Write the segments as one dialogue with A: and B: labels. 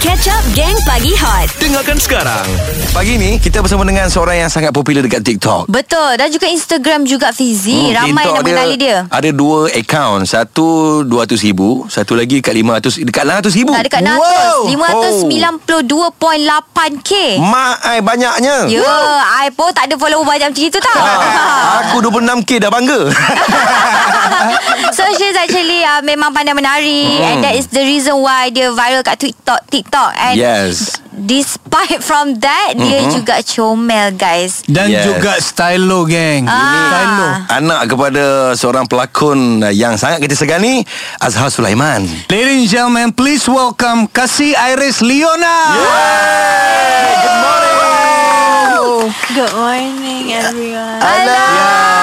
A: Catch Up Gang Pagi Hot
B: Dengarkan sekarang. Pagi ni kita bersama dengan seorang yang sangat popular dekat TikTok.
C: Betul Dan juga Instagram juga Fizi hmm, Ramai
B: TikTok
C: yang mengenali dia,
B: Ada dua account. Satu 200 ribu. Satu lagi dekat 500. Dekat 600 ribu.
C: Tak dekat
B: Oh.
C: 600 592.8k
B: Mak ai banyaknya.
C: Ya I pun tak ada follower banyak macam itu tau
B: Ah, aku 26k dah bangga.
C: So she's actually uh, Memang pandai menari And that is the reason why Dia viral kat TikTok TikTok And
B: yes.
C: Despite from that Dia juga comel guys
D: Dan
B: Yes.
D: yes. juga stylo geng.
C: Ah.
D: Stylo.
C: Ha.
B: Anak kepada seorang pelakon yang sangat kita segani, Azhar Sulaiman.
D: Ladies and gentlemen, please welcome Kasih Iris Leona.
B: Good morning.
E: Good morning, everyone.
C: Alah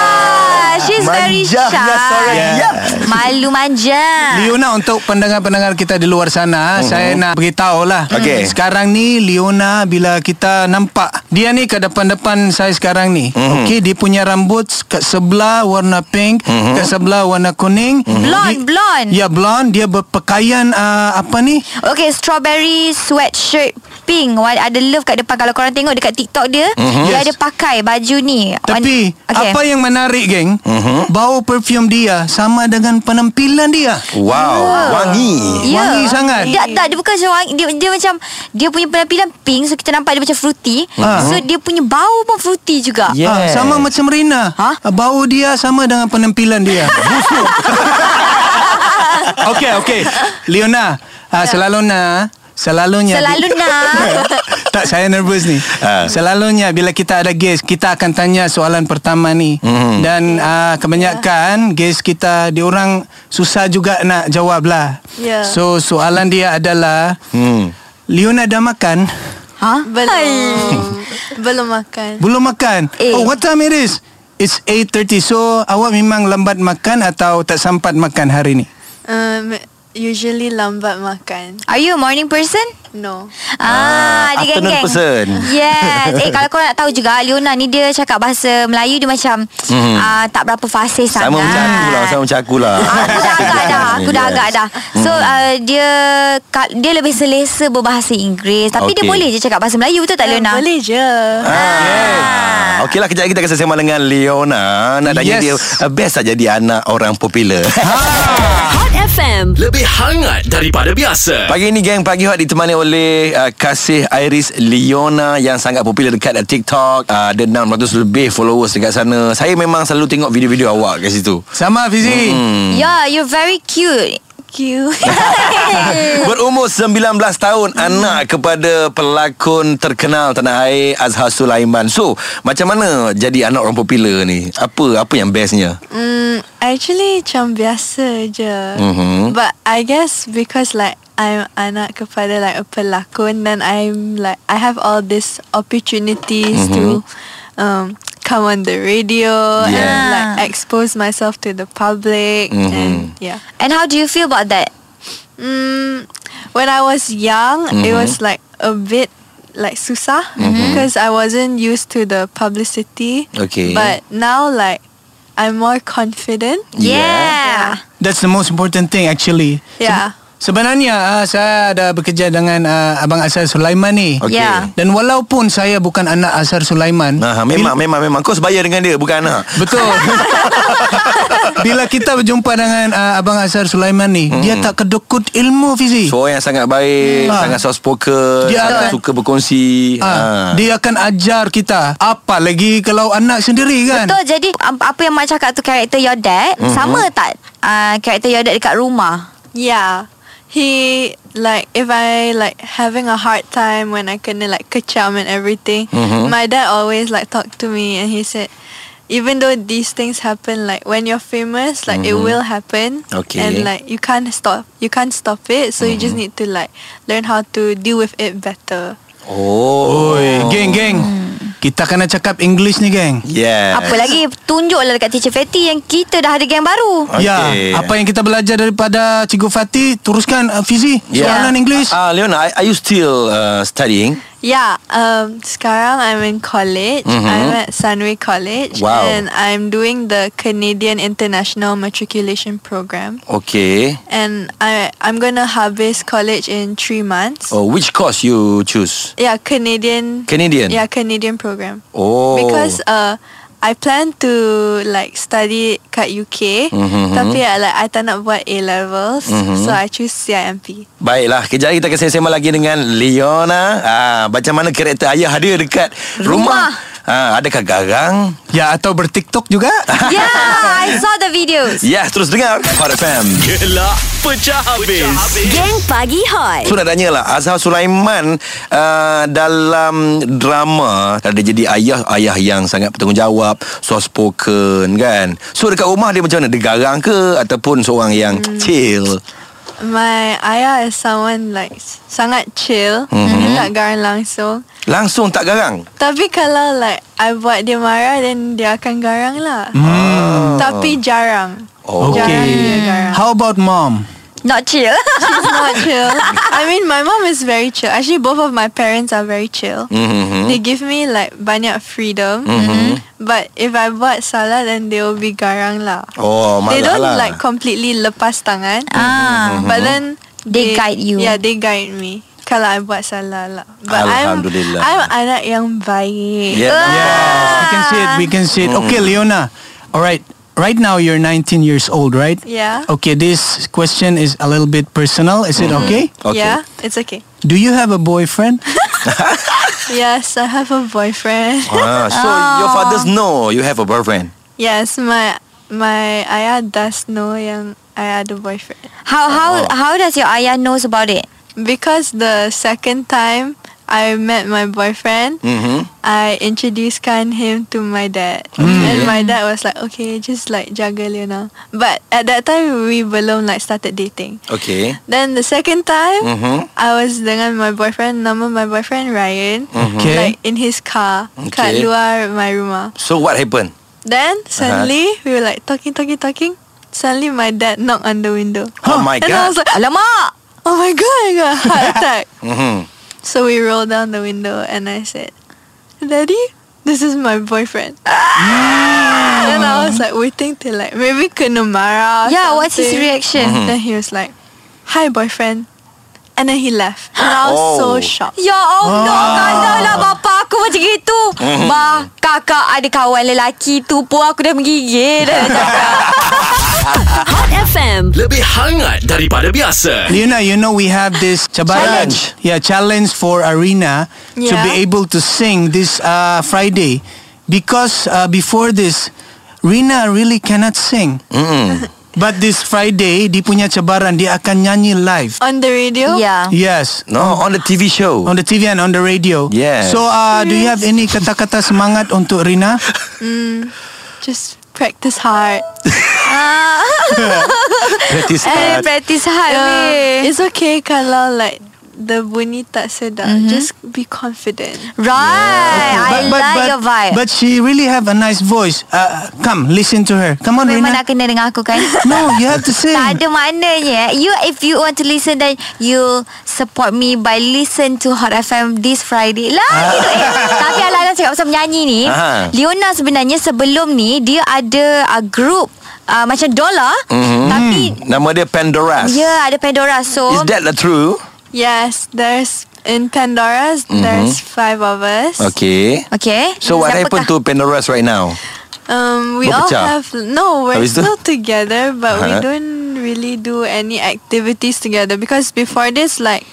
C: She's very shy
B: Manjanya seorang yang.
C: Malu manja
D: Leona untuk pendengar-pendengar kita di luar sana uh-huh. Saya nak beritahu lah
B: Okey.
D: Sekarang ni Leona bila kita nampak Dia ni ke depan-depan saya sekarang ni uh-huh. Okey dia punya rambut kat sebelah warna pink uh-huh. Kat sebelah warna kuning uh-huh.
C: Blonde Blonde
D: Ya blonde Dia berpakaian uh, apa ni
C: Okay, strawberry sweatshirt pink. Wal- Ada love kat depan. Kalau korang tengok dekat TikTok dia, mm-hmm. dia
D: Mhm. Yes.
C: ada pakai baju ni.
D: Tapi
C: On- okay.
D: apa yang menarik geng uh-huh. Bau perfume dia sama dengan penampilan dia
B: Wow, wangi.
C: Ya.
D: wangi sangat.
C: Dia, tak, dia bukan seorang dia, dia macam Dia punya penampilan pink So kita nampak dia macam fruity
D: Ah.
C: So dia punya bau pun fruity juga
B: Yes.
D: Ah, sama macam Rina. Ah,
C: Hah?
D: Bau dia sama dengan penampilan dia. Busuk. okay, okay. Leona, ah, selalunya selalunya
C: Selalu nak
D: tak saya nervous ni.
B: Ah.
D: Selalunya bila kita ada guest, kita akan tanya soalan pertama ni.
B: Mhm.
D: Dan ah, kebanyakan guest kita diorang susah juga nak jawab lah.
E: Ya.
D: So soalan dia adalah
B: Hmm.
D: Leona dah makan?
C: Ha?
E: Belum. Belum makan.
D: Belum makan.
C: Eh.
D: Oh, what time it is? It's 8.30. So, awak memang lambat makan atau tak sempat makan hari ni?
E: Um, usually lambat makan.
C: Are you a morning person?
E: No.
C: Ah, dia geng-geng
B: afternoon person.
C: Yes Eh kalau korang nak tahu juga Leona ni dia cakap bahasa Melayu Dia macam mm. uh, Tak berapa fasih sangat
B: Mhm. Sama macam aku lah, sama macam aku lah.
C: Aku dah agak dah Aku dah agak dah
B: Mhm.
C: So uh, dia ka- Dia lebih selesa Berbahasa Inggeris Tapi dia
B: Okey.
C: boleh je Cakap bahasa Melayu Betul tak Leona?
E: Ya, Um, Boleh je.
B: Ah. Okeylah kejap lagi kita akan sesama dengan Leona Nak tanya
D: Yes.
B: dia eh, Best tak jadi anak orang popular
A: Hot FM
F: Lebih hangat daripada biasa.
B: Pagi ni geng Pagi Hot ditemani oleh uh, Kasih Iris Leona Yang sangat popular dekat uh, TikTok uh, Ada 600 lebih followers dekat sana Saya memang selalu tengok video-video awak kat situ
D: Sama, Fizi.
B: Hmm.
C: Yeah Ya, you're very cute Cute
B: Berumur 19 tahun Anak kepada pelakon terkenal Tanah air Azhar Sulaiman So macam mana jadi anak orang popular ni Apa apa yang bestnya
E: Mm, actually macam biasa je.
B: Mhm.
E: But I guess because like I'm anak kepada like a pelakon then I'm like I have all these opportunities to um come on the radio and
B: Yeah.
E: like expose myself to the public and yeah.
C: And how do you feel about that?
E: Mm, when I was young, it was like a bit like susah because I wasn't used to the publicity.
B: Okay.
E: But now like I'm more confident.
C: Yeah,
D: That's the most important thing, actually.
E: Yeah.
D: Sebenarnya, ah, saya ada bekerja dengan ah, Abang Asar Sulaiman ni.
B: Okey.
C: Yeah.
D: Dan walaupun saya bukan anak Asar Sulaiman.
B: Nah, ha, memang, memang, memang. Kau sebaya dengan dia, bukan anak.
D: Betul. bila kita berjumpa dengan ah, Abang Asar Sulaiman ni, dia
B: Hmm.
D: tak kedekut ilmu, Fizi.
B: Seorang yang sangat baik,
D: Ah.
B: sangat soft spoken,
D: Dia
B: sangat
D: akan-
B: suka berkongsi. Ha. ya.
D: Ah, dia akan ajar kita apa lagi kalau anak sendiri kan
C: Betul jadi um, Apa yang Mak cakap tu Karakter your dad
B: Mhm.
C: Sama tak uh, Karakter your dad dekat rumah?
E: Yeah. He like if I like having a hard time when I couldn't like kacham and everything,
B: Mm-hmm.
E: my dad always like talked to me and he said even though these things happen like when you're famous like it will happen
B: Mm-hmm. Okay. Mm-hmm.
E: and like you can't stop you can't stop it so you just need to like learn how to deal with it better
B: Oh.
D: Oi, geng geng. Kita kena cakap English ni geng.
B: Yes.
C: Apa lagi Tunjuklah dekat teacher Fatty Yang kita dah ada geng baru
B: Okey.
D: Ya, apa yang kita belajar daripada Cikgu Fatih teruskan uh, Fizi
B: Yeah.
D: soalan English.
B: Ah, uh, Leona, are, are you still uh, studying?
E: Yeah, um, sekarang I'm in college. I'm at Sunway College.
B: Mm-hmm. Wow.
E: And I'm doing the Canadian International Matriculation Program.
B: Okay.
E: And I, I'm going to harvest college in three months.
B: Oh, which course you choose?
E: Yeah, Canadian.
B: Canadian?
E: Yeah, Canadian program.
B: Oh.
E: Because uh, I plan to like study kat UK.
B: Mhm,
E: Tapi I, like, I tak nak buat A-levels. So I choose CIMP.
B: Baiklah, kejap lagi kita akan sembang lagi dengan Leona. Ah, macam mana karakter ayah dia dekat rumah?
C: Rumah.
B: Ah, adakah garang?
D: Ya atau bertiktok juga
C: Yeah, Ya, I saw the videos.
B: Ya, terus dengar Hot FM.
F: Gelak pecah habis.
A: Gang Pagi Hot.
B: So dah tanya lah Azhar Sulaiman uh, Dalam drama Dia jadi ayah Ayah yang sangat bertanggungjawab Soft spoken kan So dekat rumah dia macam mana Dia garang ke Ataupun seorang yang
E: Hmm.
B: chill
E: My ayah is someone like sangat chill. Dia tak garang langsung.
B: Langsung tak garang
E: Tapi kalau like I buat dia marah then dia akan garang lah. Hmm. Tapi jarang.
B: Oh.
E: Jarang
D: Okay.
E: dia garang.
D: How about mom?
C: Not chill.
E: She's not chill. I mean my mom is very chill. Actually both of my parents are very chill.
B: mm-hmm.
E: They give me like banyak freedom. But if I buat salah then they will be garang lah.
B: Oh malah
E: they don't
B: lah. Mm-hmm.
E: like completely lepas tangan.
C: ah.
E: But then
C: They guide you.
E: Yeah, they guide me. Kalau I buat salah lah. But
B: Alhamdulillah.
E: I'm, I'm anak yang baik.
B: Yeah,
D: Yes,
B: Ah.
D: we can see it. We can see it.
B: Hmm.
D: Okay, Leona. All right. Right now you're 19 years old, right?
E: Yeah.
D: Okay, this question is a little bit personal. Is
B: Mm-hmm.
D: it okay?
B: Okay.
E: Yeah, it's okay.
D: Do you have a boyfriend?
E: Yes, I have a boyfriend.
B: ah, So your fathers know You have a boyfriend
E: yes, my my ayah does know yang I had a boyfriend
C: How how how does your ayah knows about it?
E: because the second time I met my boyfriend,
B: mm-hmm.
E: I introduced him to my dad, and my dad was like, "Okay, just like jaga Leona." But at that time, we belum like started dating.
B: Okay
E: Then the second time,
B: Mhm.
E: I was dengan my boyfriend, nama my boyfriend Ryan,
D: Okay.
E: like in his car, kat
B: Okay.
E: luar my rumah.
B: So what happened
E: Then suddenly we were like talking, talking, talking. Suddenly my dad knocked on the window.
B: Oh my
E: and I was
B: god
E: like,
C: Alamak.
E: oh my god, I got a heart attack.
B: mm-hmm.
E: so we rolled down the window and I said, Daddy, this is my boyfriend. and I was like waiting till like maybe kena marah. or
C: Yeah, what's his
E: something.
C: reaction?
B: Mm-hmm.
E: Then he was like, "Hi, boyfriend," and then he left, and I was
B: Oh.
E: so shocked.
C: Ya Allah, kalaulah bapa aku macam gitu. Bah, kakak ada kawan lelaki tu pun aku dah menggigil dah cakap.
A: Hot FM.
F: Lebih hangat daripada biasa.
D: Leona, you know we have this challenge. Yeah, challenge for Arena to
E: Yeah.
D: be able to sing this uh, Friday because uh, before this, Rina really cannot sing. But this Friday, di punya cabaran dia akan nyanyi live.
E: On the radio?
C: Yeah.
D: Yes.
B: No on the TV show
D: On the TV and on the radio.
B: Yes.
D: So, uh, do you have any kata-kata semangat untuk Rina?
E: Just practice hard.
B: Practice
C: Eh,
B: hard
C: practice hard
E: Um,
C: weh.
E: it's okay kalau like the bunyi tak sedap.
C: Mm-hmm.
E: Just be confident.
C: Right. I like
D: but,
C: your vibe.
D: but she really have a nice voice. Uh, come, listen to her. Come on,
C: Memang nak kena
D: Rina.
C: dengan aku kan?
D: No, you have to
B: Hmm.
D: sing.
C: Tak ada maknanya eh. You if you want to listen Then you support me By listen to Hot FM This Friday Lah gitu eh Tapi Alang-alang cakap pasal menyanyi ni
B: Ah. Aha.
C: Leona sebenarnya sebelum ni Dia ada uh, group uh, Macam Dollar
B: Mhm.
C: mm-hmm. Tapi
B: Nama dia Pandoras
C: Ya yeah, ada Pandora So
B: Hmm. Is that the true?
E: Yes, there's in Pandora's there's five of us.
B: Mm-hmm. Okay.
C: Okay
B: So what
C: Siapakah?
B: happened to Pandoras right now?
E: Um, we all
B: Berpecah.
E: have no, we're
B: Habis tu?
E: still together, but we
B: Aha.
E: don't really do any activities together because before this, like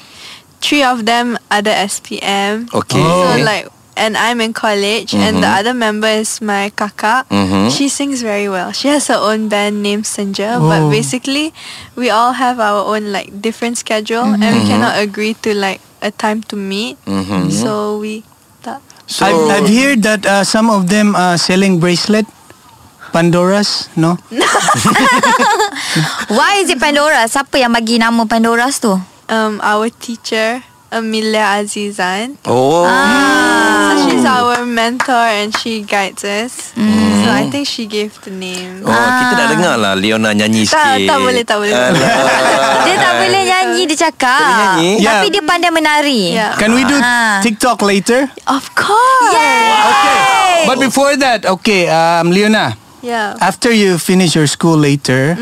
E: three of them are the SPM.
B: Okay. Mm-hmm.
E: So like, and I'm in college, and the other member is my kakak.
B: Mhm.
E: She sings very well. She has her own band named Sinja, but
D: Oh.
E: basically, we all have our own like different schedule, and
B: Mm-hmm.
E: we cannot agree to like a time to meet.
B: Mhm.
E: So we. tak-
B: So
D: I've, I've heard that uh, some of them are selling bracelet, Pandoras, no?
C: Why is it Pandora Siapa yang bagi nama Pandora tu
E: um, our teacher Amelia Azizan.
B: Oh.
E: So She's our mentor and she guides us. So I think she gave the name.
B: Mm-hmm. Oh, ah. kita nak dengar lah Leona nyanyi
E: Tak,
B: sikit. Um,
E: tak boleh, tak boleh.
B: Alah.
C: Dia tak boleh nyanyi Dia cakap
B: Tak Ah. boleh nyanyi? Ya.
D: Yeah.
C: Tapi dia pandai menari
A: Ya.
E: Yeah.
D: Can we do
C: Ah.
D: TikTok later?
E: Of course.
C: Eh.
D: Okay. But before that, okay, um, Leona,
E: Yeah.
D: after you finish your school later,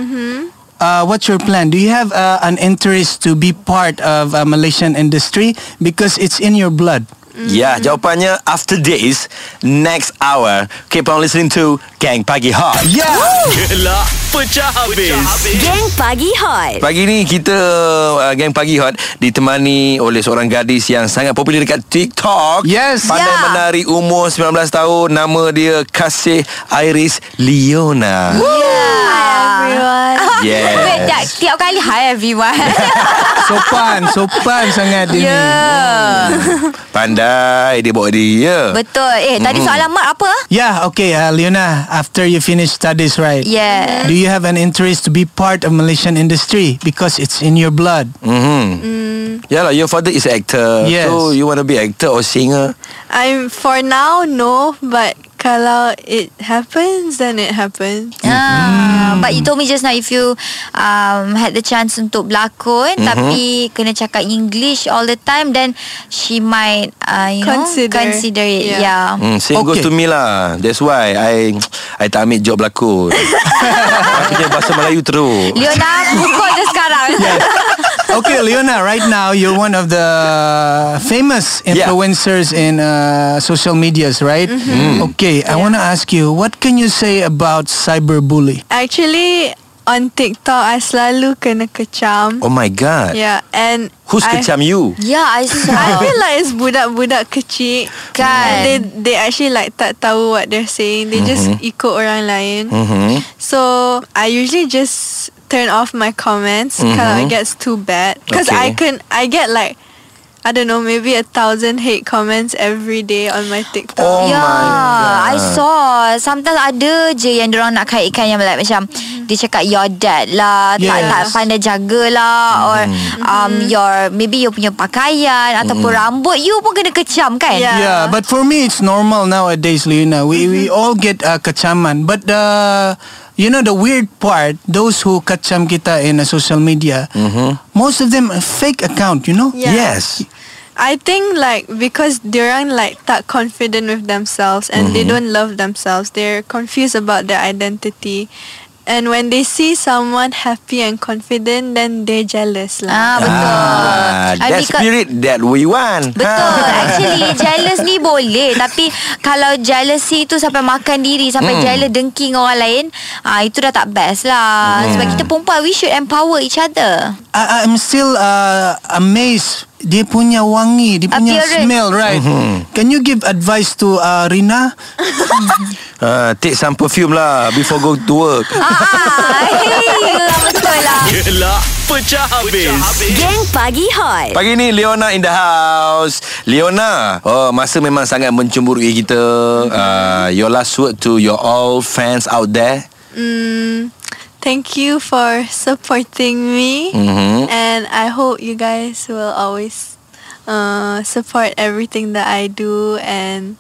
D: uh, what's your plan? Do you have uh, an interest to be part of uh, Malaysian industry because it's in your blood?
E: Mm.
B: Ya, jawapannya after this, next hour. Keep on listening to Gang Pagi Hot.
D: Yeah.
F: Gelak pecah habis.
A: Gang Pagi Hot.
B: Pagi ni kita uh, Gang Pagi Hot Ditemani oleh seorang gadis Yang sangat popular dekat TikTok
D: Yes.
B: Pandai
C: Ya.
B: menari umur 19 tahun Nama dia Kasih Iris Leona
E: Hi everyone.
B: Yes.
C: Wait,
E: ya,
C: tak, Tiap kali Hi everyone Ya.
D: sopan, sopan sangat dia ni.
C: Yeah
B: Pandai Dia ya. bawa dia
C: Betul Eh tadi
B: Mm-hmm.
C: soalan Mat apa?
D: Yeah, okay, uh, Leona, after you finish studies, right?
C: Yeah
D: Do you have an interest to be part of Malaysian industry because it's in your blood?
B: mm-hmm. Yalah your father is an actor
D: Yes.
B: So you want to be actor or singer
E: I'm for now no, but kalau it happens, then it happens.
B: Mm-hmm.
C: Ah, But you told me just now If you um, Had the chance Untuk berlakon
B: Mm-hmm.
C: Tapi Kena cakap English All the time Then She might uh, You
E: Consider.
C: know Consider it
E: Yeah.
C: Yeah,
B: mm, Same goes
D: Okay.
B: to me lah That's why I I tak ambil job berlakon Aku punya bahasa Melayu teruk
C: Leona Pukul je sekarang
D: okay, Leona, right now you're one of the famous
B: Yeah.
D: influencers in uh, social medias, right?
E: Mm-hmm.
D: Mm. Okay, I want to ask you, what can you say about cyberbully?
E: Actually, on TikTok, I selalu kena kecam.
B: Oh my god
E: Yeah, and
B: Who's
E: I,
B: kecam you?
C: Yeah I
E: I
B: Oh.
C: saw
E: feel like it's budak-budak kecil.
C: Kan.
E: They they actually like tak tahu what they're saying. They just ikut orang lain.
B: Mm-hmm.
E: So I usually just turn off my comments kalau it gets too bad. Cause I
B: Mm-hmm. Okay.
E: can I get like I don't know maybe a thousand hate comments every day on my TikTok.
B: Oh
C: yeah,
B: my god.
C: Ya, I saw Sometimes ada je Yang diorang nak kaitkan Yang like, macam Dia cakap your dad lah tak,
D: Yes.
C: tak pandai jaga lah Or
B: Hmm.
C: um, your Maybe your punya pakaian Ataupun
B: Hmm.
C: rambut You pun kena kecam kan
E: Yeah.
B: Ya,
E: Mm-hmm.
D: Yeah, but for me it's normal nowadays, Leona. We we all get uh, kacaman, but uh, you know the weird part, those who kacam kita in uh, social media, most of them are fake account, you know?
E: Mm-hmm. Yeah.
B: Yes.
E: I think like because diorang like tak confident with themselves and they don't love themselves. They're confused about their identity. And when they see someone happy and confident, then they're
C: Ah
E: jealous lah.
C: betul.
B: Ah,
C: Ah,
B: that
C: because-
B: spirit that we want.
C: Betul
B: Ha.
C: Actually jealous ni boleh Tapi Kalau jealousy tu Sampai makan diri
B: Hmm.
C: Sampai jealous Dengki dengan orang lain ah Itu dah tak best lah
B: Hmm.
C: Sebab kita perempuan We should empower each other
D: I, I'm still uh, amazed. Dia punya wangi, dia punya
C: Appearance.
D: smell, right? Can you give advice to uh, Rina?
B: Ah, take some perfume lah before go to work.
C: Ah, hey, betul lah
F: Gelak pecah habis.
A: Gang Pagi Hot.
B: Pagi ni Leona in the house. Leona, oh masa memang sangat mencemburui kita. Uh, your last word to your all fans out there.
E: Thank you for supporting me.
B: Mhm.
E: And I hope you guys will always uh, support everything that I do. And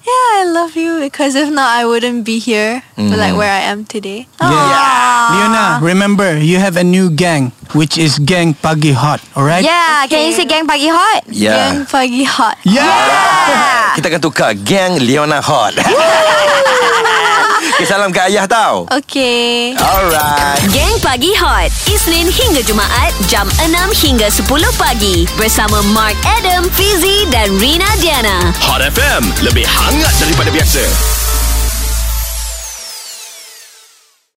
E: yeah, I love you because if not, I wouldn't be here, like where I am today. Oh,
D: Leona, remember, you have a new gang, which is Gang Pagi Hot, alright?
C: Yeah, Ya, can you say gang pagi hot?
B: Yeah.
E: Young Pagi Hot.
D: Yeah!
B: Ya. Kita akan tukar Gang Leona Hot. okay, salam ke ayah tau.
E: Okay.
B: Alright.
A: Gang Pagi Hot. Isnin hingga Jumaat jam 6 hingga 10 pagi bersama Mark Adam, Fizi dan Rina Diana.
F: Hot FM, lebih hangat daripada biasa.